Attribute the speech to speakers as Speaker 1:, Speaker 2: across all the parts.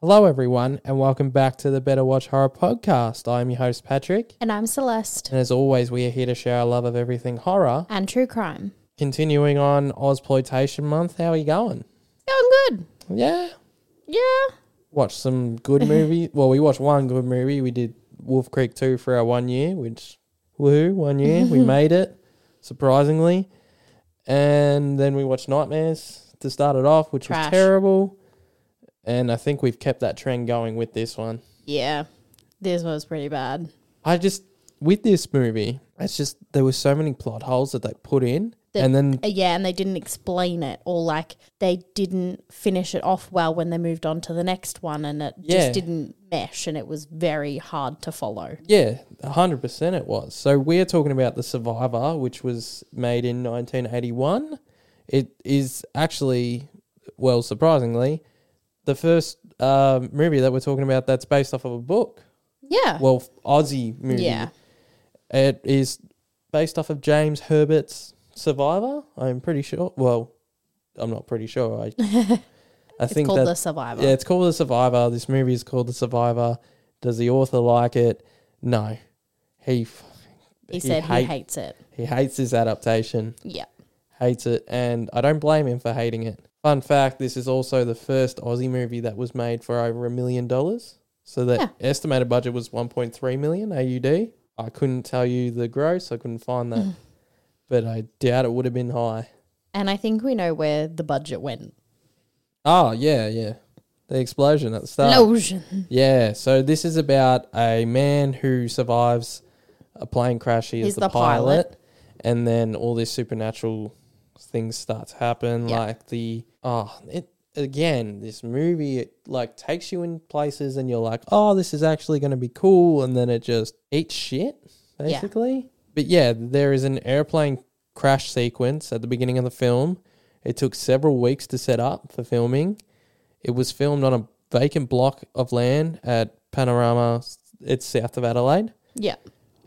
Speaker 1: Hello, everyone, and welcome back to the Better Watch Horror Podcast. I'm your host, Patrick,
Speaker 2: And I'm Celeste.
Speaker 1: and as always, we are here to share our love of everything horror.
Speaker 2: And True Crime.
Speaker 1: Continuing on Ozploitation Month, how are you going?
Speaker 2: Going good.
Speaker 1: Yeah,
Speaker 2: Yeah.
Speaker 1: watched some good movies. well, we watched one good movie. We did Wolf Creek 2 for our one year, which, woohoo, one year. we made it, surprisingly. And then we watched Nightmares to start it off, which was
Speaker 2: Trash.
Speaker 1: terrible. And I think we've kept that trend going with this one.
Speaker 2: Yeah. This was pretty bad.
Speaker 1: I just with this movie, it's just there were so many plot holes that they put in,
Speaker 2: That-
Speaker 1: and then
Speaker 2: Uh, Yeah, and they didn't explain it or like they didn't finish it off well when they moved on to the next one and it
Speaker 1: Yeah.
Speaker 2: just didn't mesh and it was very hard to follow.
Speaker 1: yeah, hundred percent it was. So we're talking about the Survivor, which was made in 1981. It is actually, well, surprisingly, the first uh, movie that we're talking about that's based off of a book.
Speaker 2: Yeah.
Speaker 1: Well, Aussie movie.
Speaker 2: yeah.
Speaker 1: It is based off of James Herbert's Survivor. I'm pretty sure. Well, I'm not pretty sure. I, I
Speaker 2: It's
Speaker 1: think
Speaker 2: called
Speaker 1: that,
Speaker 2: The Survivor.
Speaker 1: Yeah, it's called The Survivor. This movie is called The Survivor. Does the author like it? No. He f-
Speaker 2: he said he,
Speaker 1: hate-
Speaker 2: hates it.
Speaker 1: he hates this adaptation.
Speaker 2: Yeah.
Speaker 1: Hates it, and I don't blame him for hating it. Fun fact: This is also the first Aussie movie that was made for over a million dollars. So the
Speaker 2: Yeah.
Speaker 1: estimated budget was 1.3 million AUD. I couldn't tell you the gross. I couldn't find
Speaker 2: Mm.
Speaker 1: that, but I doubt it would have been high.
Speaker 2: And I think we know where the budget went.
Speaker 1: Oh yeah, yeah. The explosion at the start.
Speaker 2: Lotion.
Speaker 1: Yeah, so this is about a man who survives a plane crash. He is
Speaker 2: He's
Speaker 1: the,
Speaker 2: the
Speaker 1: pilot,
Speaker 2: pilot.
Speaker 1: and then all these supernatural things start to happen.
Speaker 2: Yeah.
Speaker 1: Like the oh, it again. This movie it like takes you in places, and you're like, oh, this is actually going to be cool, and then it just eats shit basically. But yeah, there is an airplane crash sequence at the beginning of the film. It took several weeks to set up for filming. It was filmed on a vacant block of land at Panorama. It's south of Adelaide,
Speaker 2: Yeah.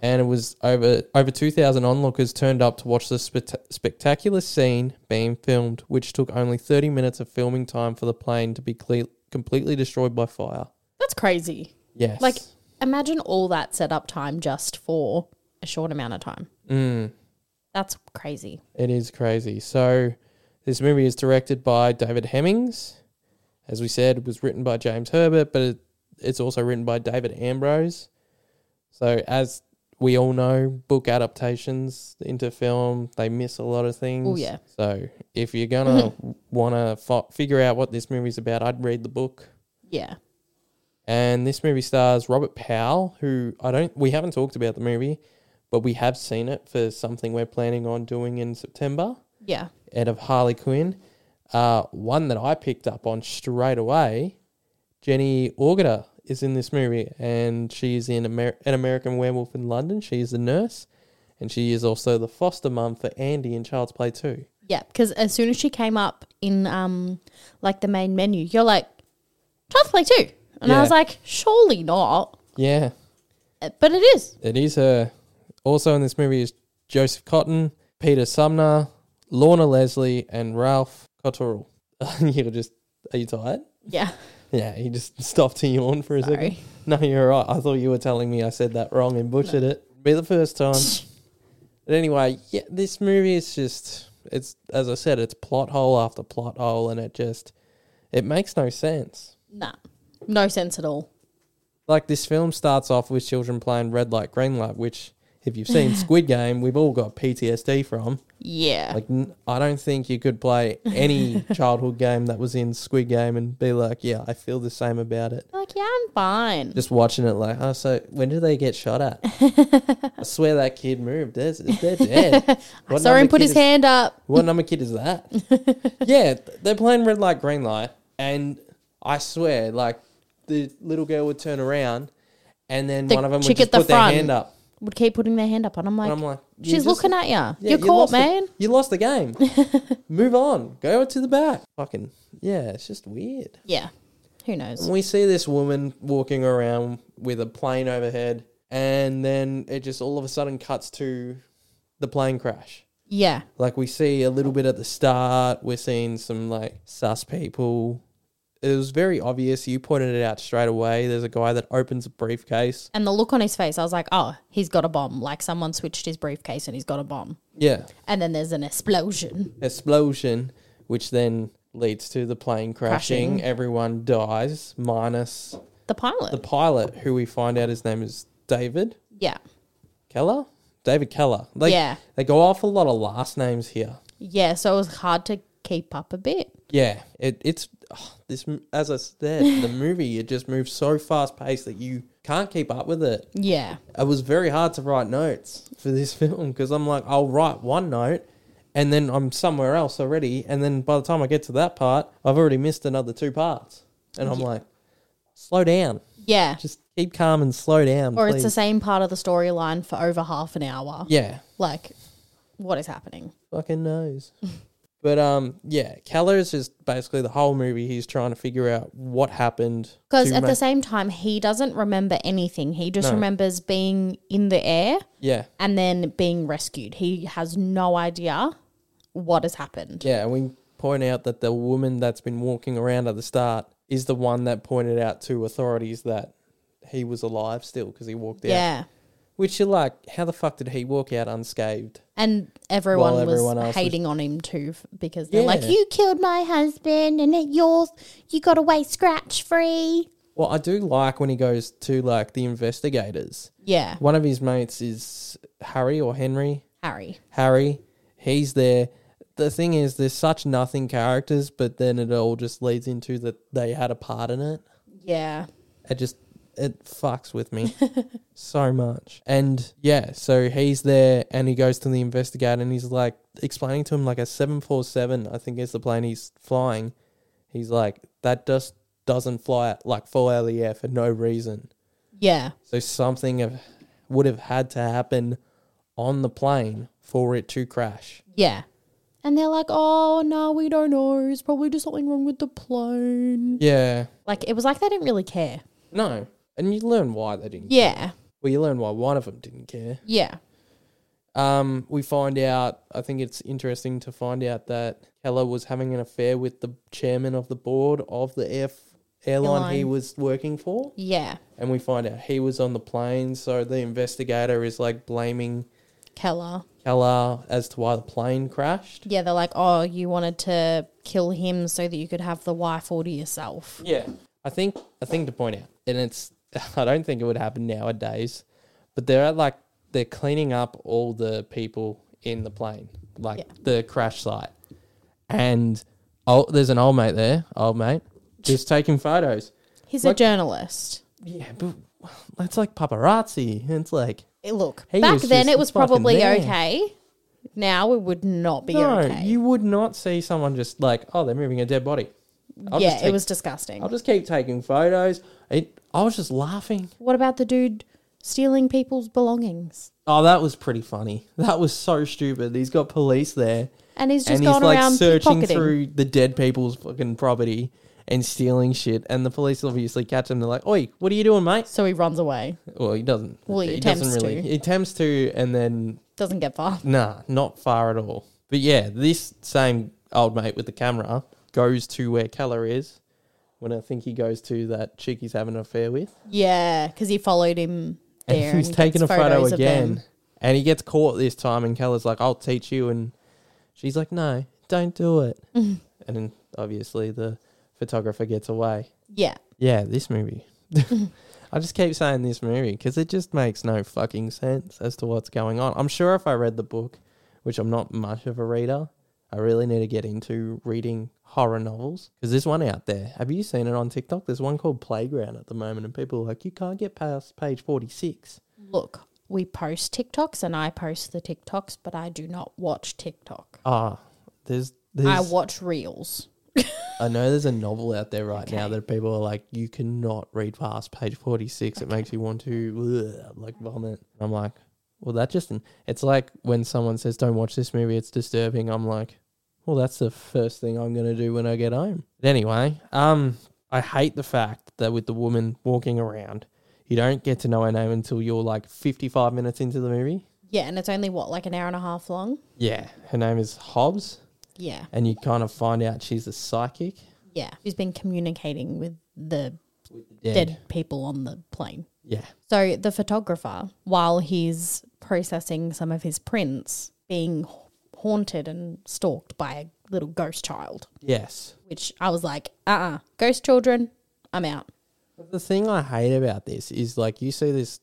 Speaker 1: and it was over over two thousand onlookers turned up to watch the spect- spectacular scene being filmed, which took only thirty minutes of filming time for the plane to be cle- completely destroyed by fire.
Speaker 2: That's crazy.
Speaker 1: Yes,
Speaker 2: Like, imagine all that setup time just for a short amount of time.
Speaker 1: Mm.
Speaker 2: That's crazy.
Speaker 1: It is crazy. So, this movie is directed by David Hemmings. As we said, it was written by James Herbert, but it, it's also written by David Ambrose. So, as we all know, book adaptations into film, they miss a lot of things.
Speaker 2: Oh, yeah.
Speaker 1: So, if you're going to want to f- figure out what this movie's about, I'd read the book.
Speaker 2: Yeah.
Speaker 1: And this movie stars Robert Powell, who I don't, we haven't talked about the movie, but we have seen it for something we're planning on doing in September
Speaker 2: Yeah.
Speaker 1: out of Harley Quinn. Uh, one that I picked up on straight away, Jenny Orgata is in this movie, and she is in Amer- an American Werewolf in London. She is the nurse, and she is also the foster mum for Andy in Child's Play 2.
Speaker 2: Yeah. Because as soon as she came up in, um, like the main menu, you're like, Child's Play 2. And I was
Speaker 1: Yeah.
Speaker 2: like, surely not.
Speaker 1: Yeah,
Speaker 2: Uh, But it is.
Speaker 1: it is her. Also in this movie is Joseph Cotton, Peter Sumner, Lorna Leslie, and Ralph Cotterill. You're just, are you tired?
Speaker 2: Yeah.
Speaker 1: Yeah, he just stopped to yawn for a second.
Speaker 2: Sorry.
Speaker 1: No, you're right. I thought you were telling me I said that wrong and butchered it. Be the first time. but anyway, yeah, this movie is just it's as I said, it's plot hole after plot hole and it just it makes no sense.
Speaker 2: Nah. No sense at all.
Speaker 1: Like this film starts off with children playing red light, green light, which if you've seen Squid Game, we've all got PTSD from.
Speaker 2: Yeah.
Speaker 1: Like, n- I don't think you could play any childhood game that was in Squid Game and be like, yeah, I feel the same about it.
Speaker 2: Like, yeah, I'm fine.
Speaker 1: just watching it like, oh, so when did they get shot at? I swear that kid moved. There's, they're dead.
Speaker 2: I
Speaker 1: What
Speaker 2: saw him
Speaker 1: number
Speaker 2: put
Speaker 1: kid
Speaker 2: his
Speaker 1: is-
Speaker 2: hand up.
Speaker 1: What number kid is that? yeah, th- they're playing red light, green light, and I swear, like the little girl would turn around, and then
Speaker 2: The
Speaker 1: one of them would
Speaker 2: chick
Speaker 1: just
Speaker 2: at the
Speaker 1: put their
Speaker 2: front.
Speaker 1: hand up.
Speaker 2: would keep putting their hand up, and I'm like,
Speaker 1: and I'm like, you
Speaker 2: she's
Speaker 1: just-
Speaker 2: looking at ya. you.
Speaker 1: yeah,
Speaker 2: You're
Speaker 1: you
Speaker 2: caught,
Speaker 1: lost the-
Speaker 2: man.
Speaker 1: You lost the game. Move on. Go to the back. Fucking yeah, it's just weird.
Speaker 2: Yeah. Who knows?
Speaker 1: And we see this woman walking around with a plane overhead, and then it just all of a sudden cuts to the plane crash.
Speaker 2: Yeah.
Speaker 1: Like we see a little bit at the start, we're seeing some like sus people. It was very obvious. You pointed it out straight away. There's a guy that opens a briefcase.
Speaker 2: And the look on his face, I was like, oh, he's got a bomb. Like someone switched his briefcase and he's got a bomb.
Speaker 1: Yeah.
Speaker 2: And then there's an explosion.
Speaker 1: Explosion, which then leads to the plane crashing.
Speaker 2: Crashing.
Speaker 1: Everyone dies, minus
Speaker 2: The pilot.
Speaker 1: the pilot, who we find out his name is David
Speaker 2: yeah.
Speaker 1: Keller. David Keller. Like,
Speaker 2: Yeah.
Speaker 1: They go off a lot of last names here.
Speaker 2: Yeah. So it was hard to keep up a bit.
Speaker 1: Yeah, it, it's ugh, this. m- As I said, the movie it just moves so fast paced that you can't keep up with it.
Speaker 2: Yeah.
Speaker 1: It was very hard to write notes for this film because I'm like, I'll write one note, and then I'm somewhere else already, and then by the time I get to that part, I've already missed another two parts, and I'm like, slow down,
Speaker 2: Yeah.
Speaker 1: just keep calm and slow down,
Speaker 2: Or it's
Speaker 1: please.
Speaker 2: the same part of the storyline for over half an hour.
Speaker 1: yeah,
Speaker 2: Like, what is happening?
Speaker 1: fucking knows. but um, yeah, Keller is just basically the whole movie. He's trying to figure out what happened
Speaker 2: Because
Speaker 1: to
Speaker 2: at
Speaker 1: ma-
Speaker 2: the same time, he doesn't remember anything. He just
Speaker 1: No.
Speaker 2: remembers being in the air
Speaker 1: yeah.
Speaker 2: and then being rescued. He has no idea what has happened.
Speaker 1: Yeah, and we point out that the woman that's been walking around at the start is the one that pointed out to authorities that he was alive still because he walked out.
Speaker 2: yeah.
Speaker 1: Which you're like, how the fuck did he walk out unscathed?
Speaker 2: And everyone
Speaker 1: While
Speaker 2: was
Speaker 1: everyone else was-
Speaker 2: hating on him too f- because they're like,
Speaker 1: Yeah.
Speaker 2: "You killed my husband, and it yours. You got away scratch free."
Speaker 1: Well, I do like when he goes to like the investigators.
Speaker 2: Yeah,
Speaker 1: One of his mates is Harry or Henry.
Speaker 2: Harry.
Speaker 1: Harry, he's there. The thing is, there's such nothing characters, but then it all just leads into that they had a part in it.
Speaker 2: Yeah,
Speaker 1: it just it fucks with me so much and yeah so he's there and he goes to the investigator and he's like explaining to him like a 747 i think is the plane he's flying he's like that just doesn't fly at like full lef for no reason
Speaker 2: yeah,
Speaker 1: so something of, would have had to happen on the plane for it to crash
Speaker 2: yeah. And they're like, "Oh no, we don't know. It's probably just something wrong with the plane."
Speaker 1: yeah
Speaker 2: Like it was like they didn't really care.
Speaker 1: no and you learn why they didn't
Speaker 2: Yeah,
Speaker 1: well you learn why one of them didn't care
Speaker 2: yeah,
Speaker 1: Um, we find out. I think it's interesting to find out that Keller was having an affair with the chairman of the board of the air airline he
Speaker 2: Airline.
Speaker 1: was working for,
Speaker 2: yeah.
Speaker 1: and we find out he was on the plane. So the investigator is like blaming
Speaker 2: Keller.
Speaker 1: Keller as to why the plane crashed.
Speaker 2: Yeah, they're like, "Oh, you wanted to kill him so that you could have the wife all to yourself."
Speaker 1: Yeah, I think a thing to point out, and it's I don't think it would happen nowadays, but they're at like they're cleaning up all the people in the plane, like
Speaker 2: Yeah.
Speaker 1: the crash site, and oh, there's an old mate there, old mate, just taking photos.
Speaker 2: He's a
Speaker 1: Like-
Speaker 2: journalist.
Speaker 1: Yeah, but that's like paparazzi. It's like
Speaker 2: It- look
Speaker 1: He
Speaker 2: back
Speaker 1: was
Speaker 2: then
Speaker 1: just
Speaker 2: it was
Speaker 1: fucking
Speaker 2: probably
Speaker 1: there.
Speaker 2: okay now it would not be
Speaker 1: no,
Speaker 2: okay
Speaker 1: you would not see someone just like oh they're moving a dead body. I'll
Speaker 2: yeah
Speaker 1: just take,
Speaker 2: it was disgusting
Speaker 1: I'll just keep taking photos. It, I was just laughing.
Speaker 2: what about the dude stealing people's belongings
Speaker 1: Oh, that was pretty funny. That was so stupid. He's got police there.
Speaker 2: and he's just
Speaker 1: and he's
Speaker 2: gone
Speaker 1: like
Speaker 2: around
Speaker 1: searching
Speaker 2: pocketing
Speaker 1: through the dead people's fucking property and stealing shit. And the police obviously catch him. They're like, Oi, what are you doing, mate?
Speaker 2: so he runs away
Speaker 1: Well, he doesn't.
Speaker 2: Well, he attempts
Speaker 1: doesn't really.
Speaker 2: to.
Speaker 1: He attempts to, and then,
Speaker 2: doesn't get far
Speaker 1: nah, not far at all. But yeah, this same old mate with the camera goes to where Keller is when I think he goes to that chick he's having an affair with.
Speaker 2: yeah because he followed him
Speaker 1: And
Speaker 2: there
Speaker 1: he's
Speaker 2: and
Speaker 1: taking a
Speaker 2: gets
Speaker 1: photo
Speaker 2: photos of them.
Speaker 1: again. And he gets caught this time, and Keller's like, I'll teach you. And she's like, No, don't do it. And then obviously the photographer gets away.
Speaker 2: yeah
Speaker 1: Yeah, this movie. I just keep saying this movie because it just makes no fucking sense as to what's going on. I'm sure if I read the book, which I'm not much of a reader, I really need to get into reading horror novels because there's one out there. Have you seen it on TikTok? There's one called Playground at the moment, and people are like, You can't get past page 46.
Speaker 2: look we post tiktoks and i post the tiktoks but i do not watch tiktok
Speaker 1: Ah, there's, there's
Speaker 2: i
Speaker 1: I
Speaker 2: watch reels
Speaker 1: know there's a novel out there right now that people are like, you cannot read past page forty six. It makes you want to ugh, like vomit. I'm like, well, that just it's like when someone says, "Don't watch this movie; it's disturbing." I'm like, well, that's the first thing I'm gonna do when I get home. But anyway, um, I hate the fact that with the woman walking around, you don't get to know her name until you're like 55 minutes into the movie.
Speaker 2: Yeah, and it's only what like an hour and a half long.
Speaker 1: Yeah, her name is Hobbs,
Speaker 2: Yeah,
Speaker 1: and you kind of find out she's a psychic.
Speaker 2: yeah. Who's been communicating with the
Speaker 1: Dead.
Speaker 2: dead people on the plane?
Speaker 1: Yeah.
Speaker 2: So the photographer, while he's processing some of his prints, being haunted and stalked by a little ghost child,
Speaker 1: Yes.
Speaker 2: which I was like, uh uh ghost children, I'm out.
Speaker 1: But the thing I hate about this is like you see this,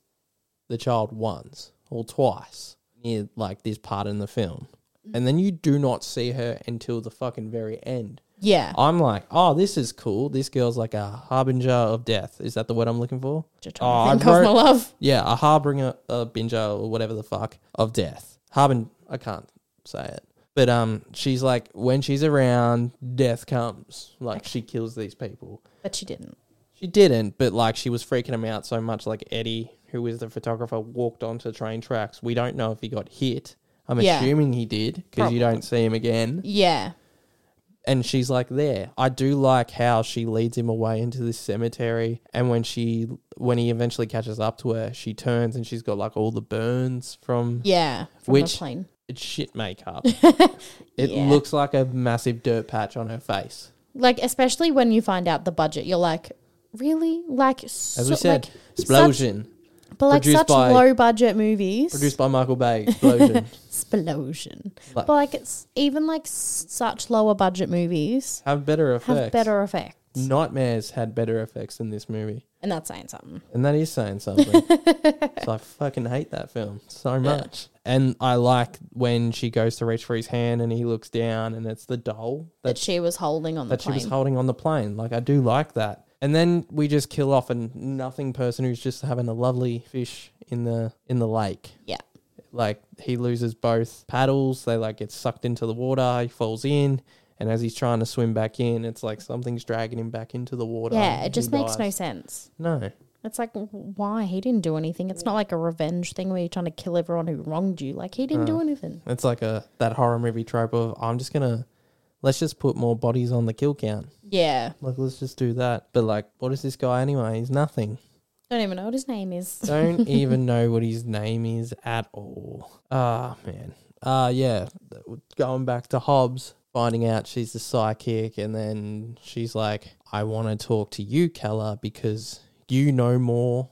Speaker 1: the child once or twice near like this part in the film,
Speaker 2: Mm.
Speaker 1: and then you do not see her until the fucking very end.
Speaker 2: Yeah.
Speaker 1: I'm like, oh, this is cool. This girl's like a harbinger of death. Is that the word I'm looking for?
Speaker 2: Just
Speaker 1: Oh,
Speaker 2: trying
Speaker 1: I
Speaker 2: to think of my
Speaker 1: wrote-
Speaker 2: love.
Speaker 1: Yeah, a harbinger, a binger, or whatever the fuck of death. Harbin, I can't say it. But um, she's like, when she's around, death comes. Like she kills these people.
Speaker 2: But she didn't.
Speaker 1: She didn't, but like she was freaking him out so much. Like Eddie, who was the photographer, walked onto train tracks. We don't know if he got hit. I'm
Speaker 2: Yeah.
Speaker 1: assuming he did because you don't see him again.
Speaker 2: Yeah.
Speaker 1: And she's like there. I do like how she leads him away into this cemetery. And when she, when he eventually catches up to her, she turns and she's got like all the burns from
Speaker 2: Yeah. From
Speaker 1: Which-
Speaker 2: the plane.
Speaker 1: it's shit makeup. it
Speaker 2: Yeah.
Speaker 1: looks like a massive dirt patch on her face.
Speaker 2: Like, especially when you find out the budget, you're like, really? Like, so,
Speaker 1: As we said,
Speaker 2: like,
Speaker 1: explosion
Speaker 2: such- but like
Speaker 1: produced
Speaker 2: such
Speaker 1: by-
Speaker 2: low budget movies.
Speaker 1: produced by Michael Bay. Explosion.
Speaker 2: explosion.
Speaker 1: Like-
Speaker 2: but like, it's even like s- such lower budget movies
Speaker 1: have better
Speaker 2: have
Speaker 1: effects.
Speaker 2: better effects.
Speaker 1: Nightmares had better effects than this movie.
Speaker 2: And that's saying something.
Speaker 1: And that is saying something. so I fucking hate that film so much. And I like when she goes to reach for his hand and he looks down and it's the doll
Speaker 2: That
Speaker 1: that,
Speaker 2: she was holding on the
Speaker 1: that she
Speaker 2: plane.
Speaker 1: was holding on the plane. Like, I do like that. And then we just kill off a nothing person who's just having a lovely fish in the in the lake.
Speaker 2: yeah.
Speaker 1: Like he loses both paddles, they like get sucked into the water, he falls in, and as he's trying to swim back in, it's like something's dragging him back into the water.
Speaker 2: Yeah. It
Speaker 1: and
Speaker 2: just
Speaker 1: he
Speaker 2: makes no
Speaker 1: dies.
Speaker 2: sense.
Speaker 1: No.
Speaker 2: It's like, w- why? He didn't do anything. It's not like a revenge thing where you're trying to kill everyone who wronged you. Like, he didn't
Speaker 1: Uh.
Speaker 2: do anything.
Speaker 1: It's like a that horror movie trope of I'm just gonna let's just put more bodies on the kill count.
Speaker 2: Yeah.
Speaker 1: Like let's just do that. But like, what is this guy anyway? He's nothing.
Speaker 2: Don't even know what his name is.
Speaker 1: Don't even know what his name is at all. Ah man. Ah yeah. Going back to Hobbs, finding out she's the psychic, and then she's like, I want to talk to you, Keller, because you know more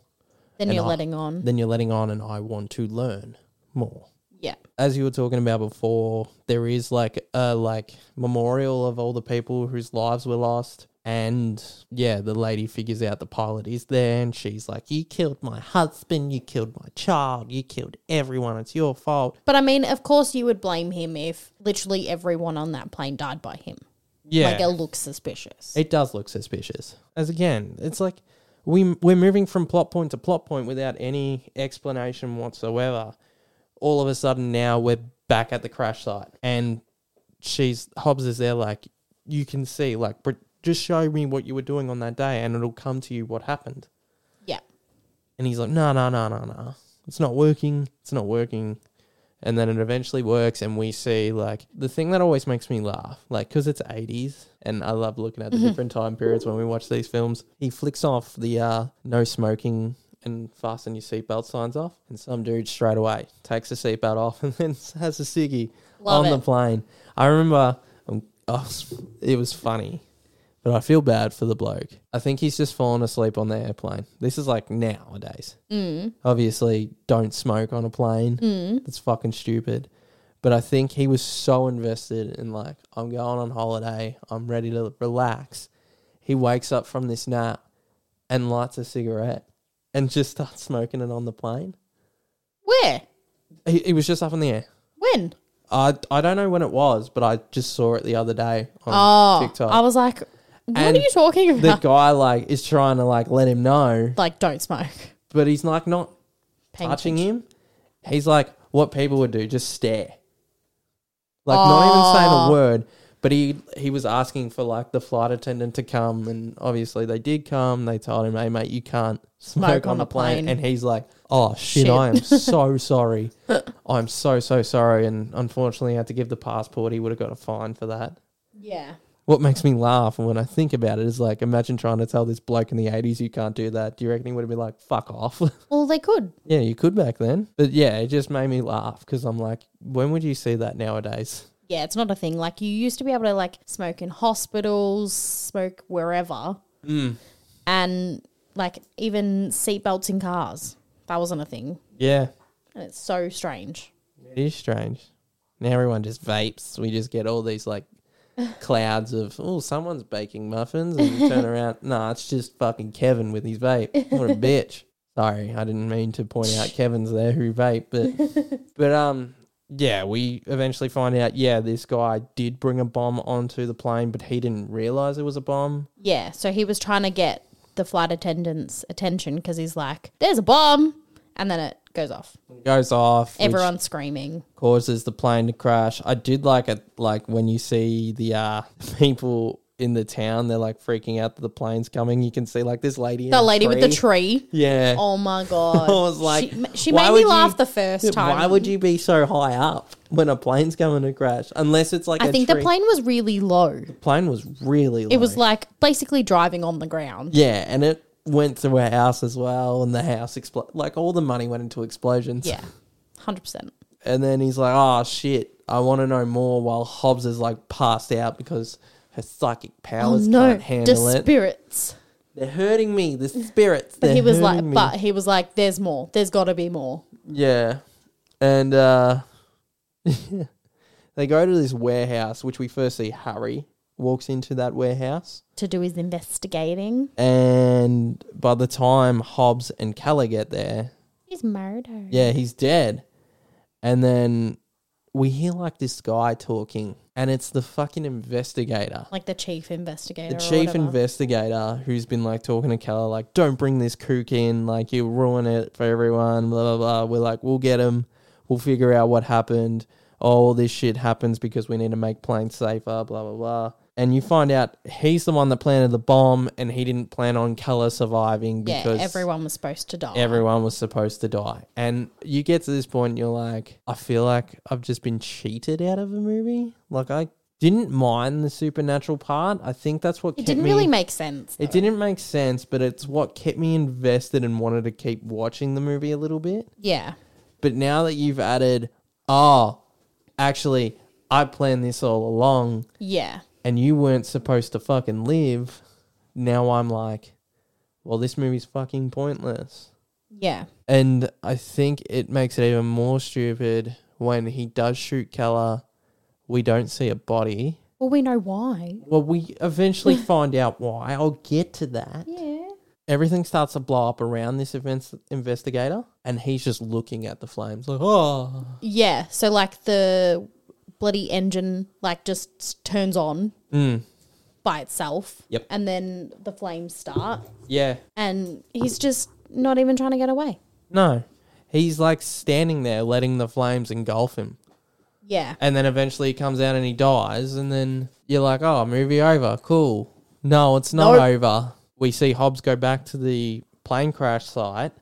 Speaker 2: Then
Speaker 1: And
Speaker 2: you're
Speaker 1: I-
Speaker 2: letting on.
Speaker 1: than you're letting on, and I want to learn more.
Speaker 2: yeah.
Speaker 1: as you were talking about before, there is like a like memorial of all the people whose lives were lost. And yeah, the lady figures out the pilot is there and she's like, You killed my husband, you killed my child, you killed everyone, it's your fault.
Speaker 2: But I mean, of course, you would blame him if literally everyone on that plane died by him.
Speaker 1: Yeah.
Speaker 2: Like, it looks suspicious.
Speaker 1: It does look suspicious. As again, it's like we we're moving from plot point to plot point without any explanation whatsoever. All of a sudden now we're back at the crash site and she's Hobbs is there like you can see like but just show me what you were doing on that day and it'll come to you what happened.
Speaker 2: yeah.
Speaker 1: And he's like no no no no no. It's not working. It's not working. And then it eventually works, and we see like the thing that always makes me laugh, like because it's eighties, and I love looking at the
Speaker 2: Mm-hmm.
Speaker 1: different time periods when we watch these films. He flicks off the uh, no smoking and fasten your seatbelt signs off, and some dude straight away takes the seatbelt off and then has a ciggy
Speaker 2: Love
Speaker 1: on the
Speaker 2: it.
Speaker 1: plane. I remember um, I was- it was funny, but I feel bad for the bloke. I think he's just fallen asleep on the airplane. This is like nowadays. Mm. Obviously, don't smoke on a plane.
Speaker 2: Mm.
Speaker 1: That's fucking stupid. But I think he was so invested in like, I'm going on holiday, I'm ready to relax. He wakes up from this nap and lights a cigarette and just starts smoking it on the plane.
Speaker 2: Where?
Speaker 1: He, he was just up in the air.
Speaker 2: When?
Speaker 1: I I don't know when it was, but I just saw it the other day on
Speaker 2: Oh,
Speaker 1: TikTok.
Speaker 2: I was like, what
Speaker 1: And
Speaker 2: are you talking about?
Speaker 1: the guy like is trying to like let him know,
Speaker 2: like, don't smoke.
Speaker 1: but he's like not
Speaker 2: Paying
Speaker 1: touching
Speaker 2: attention.
Speaker 1: him. Oh. He's like what people would do, just stare. Like not even saying a word, But he he was asking for like the flight attendant to come, and obviously they did come. They told him, "Hey mate, you can't smoke, on, the plane. And he's like, "Oh shit,
Speaker 2: Shit.
Speaker 1: I am so sorry. I'm so so sorry." And unfortunately, I had to give the passport. He would have got a fine for that.
Speaker 2: Yeah.
Speaker 1: What makes me laugh when I think about it is like, imagine trying to tell this bloke in the '80s you can't do that. Do you reckon he would have been like, "Fuck off"?
Speaker 2: Well, they could.
Speaker 1: Yeah, you could back then. But yeah, it just made me laugh because I'm like, when would you see that nowadays?
Speaker 2: Yeah, it's not a thing. Like you used to be able to like smoke in hospitals, smoke wherever,
Speaker 1: Mm.
Speaker 2: and like even seatbelts in cars. That wasn't a thing,
Speaker 1: Yeah,
Speaker 2: and it's so strange.
Speaker 1: it is strange. Now everyone just vapes. We just get all these like clouds of, oh, someone's baking muffins. And you turn around, nah, it's just fucking Kevin with his vape. What a bitch. Sorry, I didn't mean to point out Kevin's there who vape, but but um yeah, we eventually find out, yeah, this guy did bring a bomb onto the plane, but he didn't realize it was a bomb.
Speaker 2: Yeah, so he was trying to get the flight attendant's attention because he's like, "There's a bomb," and then it goes off.
Speaker 1: Goes off. which-
Speaker 2: Everyone's screaming.
Speaker 1: causes the plane to crash. I did like it, like when you see the uh, people in the town, they're like freaking out that the plane's coming. You can see like this lady, in
Speaker 2: The
Speaker 1: a
Speaker 2: lady with the
Speaker 1: tree.
Speaker 2: tree.
Speaker 1: yeah.
Speaker 2: Oh my god!
Speaker 1: I was like,
Speaker 2: she, she
Speaker 1: why
Speaker 2: made me
Speaker 1: would
Speaker 2: laugh
Speaker 1: you-
Speaker 2: the first time.
Speaker 1: Why would you be so high up when a plane's coming to crash? Unless it's like
Speaker 2: I
Speaker 1: a
Speaker 2: think
Speaker 1: tree.
Speaker 2: the plane was really low.
Speaker 1: plane was really. Low.
Speaker 2: It was like basically driving on the ground.
Speaker 1: yeah, and it went through a house as well, and the house exploded. Like all the money went into explosions.
Speaker 2: Yeah, hundred percent.
Speaker 1: And then he's like, oh, shit, I want to know more while Hobbs is like passed out because her psychic
Speaker 2: Oh
Speaker 1: powers
Speaker 2: no,
Speaker 1: can't handle
Speaker 2: the
Speaker 1: it.
Speaker 2: spirits.
Speaker 1: They're hurting me, the spirits.
Speaker 2: But
Speaker 1: they're
Speaker 2: he was like,
Speaker 1: hurting me.
Speaker 2: but he was like, there's more. There's got to be more.
Speaker 1: Yeah. And uh, they go to this warehouse, which we first see Harry walks into that warehouse.
Speaker 2: To do his investigating,
Speaker 1: And by the time Hobbs and Calla get there,
Speaker 2: he's murdered.
Speaker 1: Yeah, he's dead. And then we hear like this guy talking, and it's the fucking investigator,
Speaker 2: Like the chief investigator.
Speaker 1: the
Speaker 2: or
Speaker 1: chief
Speaker 2: whatever.
Speaker 1: investigator who's been like talking to Keller, like, don't bring this kook in, like, you'll ruin it for everyone, blah, blah, blah. We're like, we'll get him, we'll figure out what happened. Oh, all this shit happens because we need to make planes safer, blah, blah, blah. And you find out he's the one that planted the bomb, and he didn't plan on Keller surviving
Speaker 2: Yeah,
Speaker 1: because
Speaker 2: everyone was supposed to die.
Speaker 1: everyone was supposed to die. And you get to this point, and you're like, I feel like I've just been cheated out of a movie. Like I didn't mind the supernatural part. I think that's what
Speaker 2: it
Speaker 1: kept
Speaker 2: didn't
Speaker 1: me.
Speaker 2: really make sense.
Speaker 1: it didn't make sense, but it's what kept me invested and wanted to keep watching the movie a little bit.
Speaker 2: Yeah,
Speaker 1: But now that you've added, oh, actually, I planned this all along,
Speaker 2: yeah.
Speaker 1: and you weren't supposed to fucking live. Now I'm like, well, this movie's fucking pointless.
Speaker 2: Yeah.
Speaker 1: And I think it makes it even more stupid when he does shoot Keller. We don't see a body.
Speaker 2: Well, we know why.
Speaker 1: Well, we eventually find out why. I'll get to that.
Speaker 2: Yeah.
Speaker 1: Everything starts to blow up around this events investigator, and he's just looking at the flames, like, oh,
Speaker 2: Yeah. So like the bloody engine like just s- turns on by itself.
Speaker 1: Mm. Yep.
Speaker 2: And then the flames start,
Speaker 1: yeah,
Speaker 2: and he's just not even trying to get away.
Speaker 1: no. He's like standing there, letting the flames engulf him.
Speaker 2: Yeah.
Speaker 1: And then eventually he comes out and he dies. And then you're like, oh, movie over. Cool. No, it's not
Speaker 2: Nope.
Speaker 1: over. We see Hobbs go back to the plane crash site.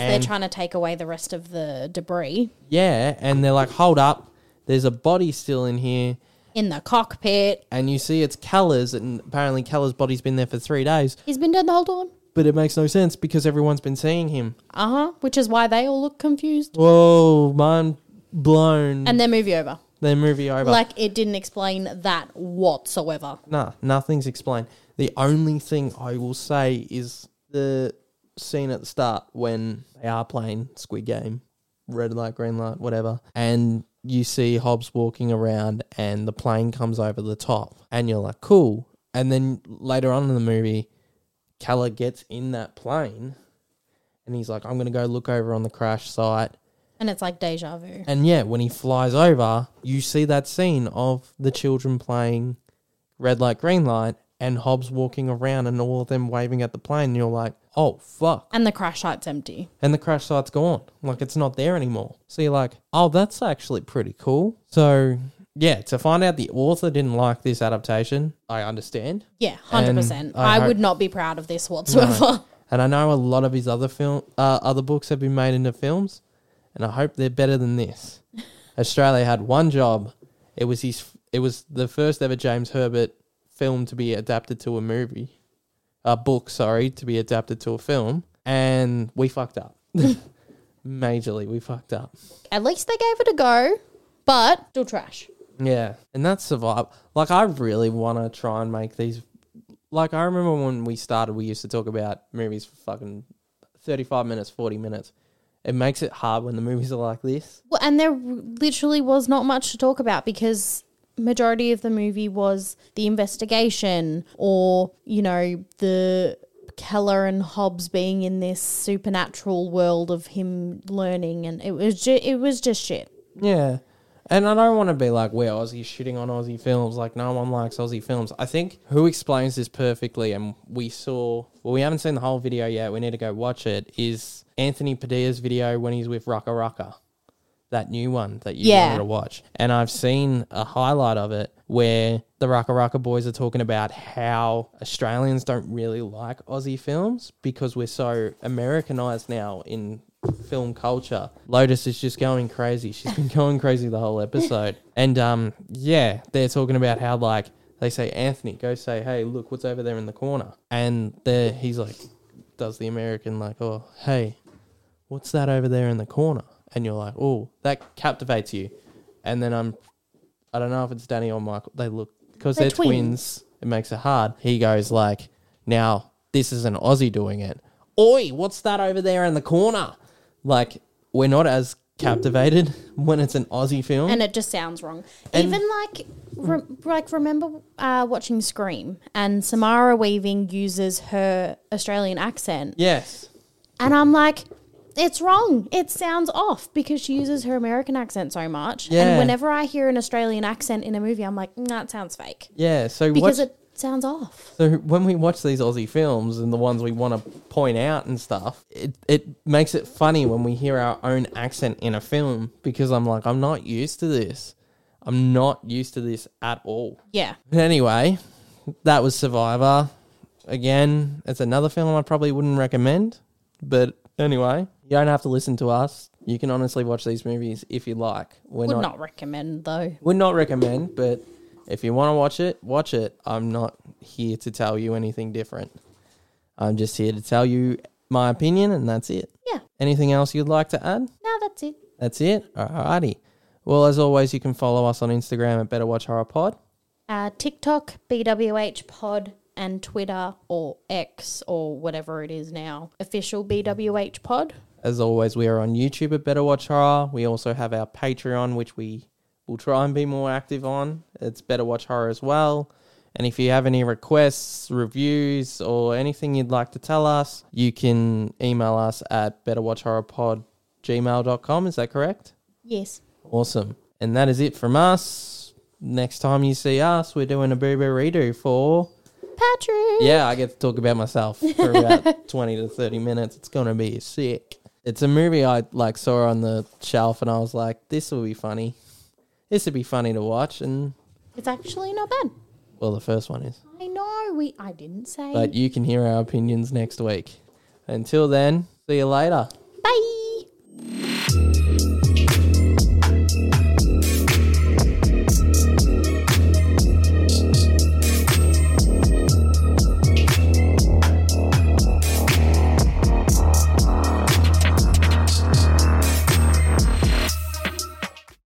Speaker 1: And-
Speaker 2: they're trying to take away the rest of the debris
Speaker 1: Yeah. And they're like, hold up. There's a body still in here.
Speaker 2: in the cockpit.
Speaker 1: And you see it's Keller's. And apparently Keller's body's been there for three days.
Speaker 2: He's been dead the whole time.
Speaker 1: But it makes no sense because everyone's been seeing him.
Speaker 2: Uh huh. Which is why they all look confused.
Speaker 1: Whoa, mind blown.
Speaker 2: And then movie over.
Speaker 1: then movie over.
Speaker 2: Like it didn't explain that whatsoever.
Speaker 1: Nah, nothing's explained. The only thing I will say is the scene at the start when they are playing Squid Game, red light, green light, whatever, and you see Hobbs walking around and the plane comes over the top, and you're like, cool. And then later on in the movie, Keller gets in that plane and he's like, I'm going to go look over on the crash site.
Speaker 2: And it's like deja vu.
Speaker 1: And yeah, when he flies over, you see that scene of the children playing red light, green light, and Hobbs walking around and all of them waving at the plane. And you're like, oh, fuck.
Speaker 2: And the crash site's empty.
Speaker 1: And the crash site's gone. Like, it's not there anymore. So you're like, oh, that's actually pretty cool. So yeah, to find out the author didn't like this adaptation, I understand.
Speaker 2: Yeah, hundred
Speaker 1: And
Speaker 2: percent.
Speaker 1: I
Speaker 2: I, would
Speaker 1: hope-
Speaker 2: not be proud of this whatsoever.
Speaker 1: And I know a lot of his other film, uh, other books have been made into films, and I hope they're better than this. Australia had one job. It was his. It was the first ever James Herbert film to be adapted to a movie, a book. Sorry, to be adapted to a film, and we fucked up. Majorly, we fucked up.
Speaker 2: At least they gave it a go, but still trash.
Speaker 1: Yeah, and that's survive. Like I really want to try and make these. Like I remember when we started, we used to talk about movies for fucking thirty-five minutes, forty minutes. It makes it hard when the movies are like this.
Speaker 2: Well, and there literally was not much to talk about because majority of the movie was the investigation or you know the Keller and Hobbs being in this supernatural world of him learning, and it was ju- it was just shit.
Speaker 1: Mm-hmm. Yeah, and I don't want to be like we're Aussie shitting on Aussie films. Like no one likes Aussie films. I think who explains this perfectly, and we saw. Well, we haven't seen the whole video yet. We need to go watch it. Is Anthony Padilla's video when he's with Rucka Rucka. that new one that you
Speaker 2: Yeah.
Speaker 1: wanted to watch. And I've seen a highlight of it where the Raka Raka boys are talking about how Australians don't really like Aussie films because we're so Americanized now in film culture. Lotus is just going crazy. She's been going crazy the whole episode. And um yeah, they're talking about how like they say Anthony, go say, "Hey, look what's over there in the corner." And there he's like does the American like, "Oh, hey, what's that over there in the corner? And you're like, oh, that captivates you. And then I'm, I don't know if it's Danny or Michael. They look, because they're,
Speaker 2: They're
Speaker 1: twins. it makes it hard. He goes like, now this is an Aussie doing it. Oi, what's that over there in the corner? Like, we're not as captivated when it's an Aussie film.
Speaker 2: and it just sounds wrong.
Speaker 1: And-
Speaker 2: Even like, re- like remember uh, watching Scream and Samara Weaving uses her Australian accent,
Speaker 1: yes.
Speaker 2: and I'm like, it's wrong. It sounds off because she uses her American accent so much.
Speaker 1: Yeah.
Speaker 2: And whenever I hear an Australian accent in a movie, I'm like, nah, it sounds fake
Speaker 1: Yeah. So
Speaker 2: because
Speaker 1: what's,
Speaker 2: it sounds off.
Speaker 1: So when we watch these Aussie films and the ones we want to point out and stuff, it, it makes it funny when we hear our own accent in a film because I'm like, I'm not used to this. I'm not used to this at all.
Speaker 2: Yeah,
Speaker 1: But anyway, that was Survivor. Again, it's another film I probably wouldn't recommend. But anyway, you don't have to listen to us. You can honestly watch these movies if you like. We're
Speaker 2: would
Speaker 1: not,
Speaker 2: not recommend though.
Speaker 1: would not recommend, but if you want to watch it, watch it. I'm not here to tell you anything different. I'm just here to tell you my opinion, and that's it.
Speaker 2: Yeah,
Speaker 1: Anything else you'd like to add?
Speaker 2: no, that's it.
Speaker 1: That's it. Alrighty. Well, as always, you can follow us on Instagram at Better Watch Horror Pod.
Speaker 2: Uh, TikTok, BWH Pod, and Twitter or X or whatever it is now. Official BWH Pod.
Speaker 1: As always, we are on YouTube at Better Watch Horror. We also have our Patreon, which we will try and be more active on. It's Better Watch Horror as well. And if you have any requests, reviews, or anything you'd like to tell us, you can email us at betterwatchhorrorpodgmail.com. Is that correct?
Speaker 2: Yes.
Speaker 1: Awesome. And that is it from us. Next time you see us, we're doing a boo boo redo for.
Speaker 2: Patrick.
Speaker 1: Yeah, I get to talk about myself for about 20 to 30 minutes. It's going to be sick. It's a movie I like saw on the shelf and I was like, this will be funny. This would be funny to watch and
Speaker 2: It's actually not bad.
Speaker 1: well, the first one is.
Speaker 2: I know we I didn't say
Speaker 1: But you can hear our opinions next week. Until then, see you later.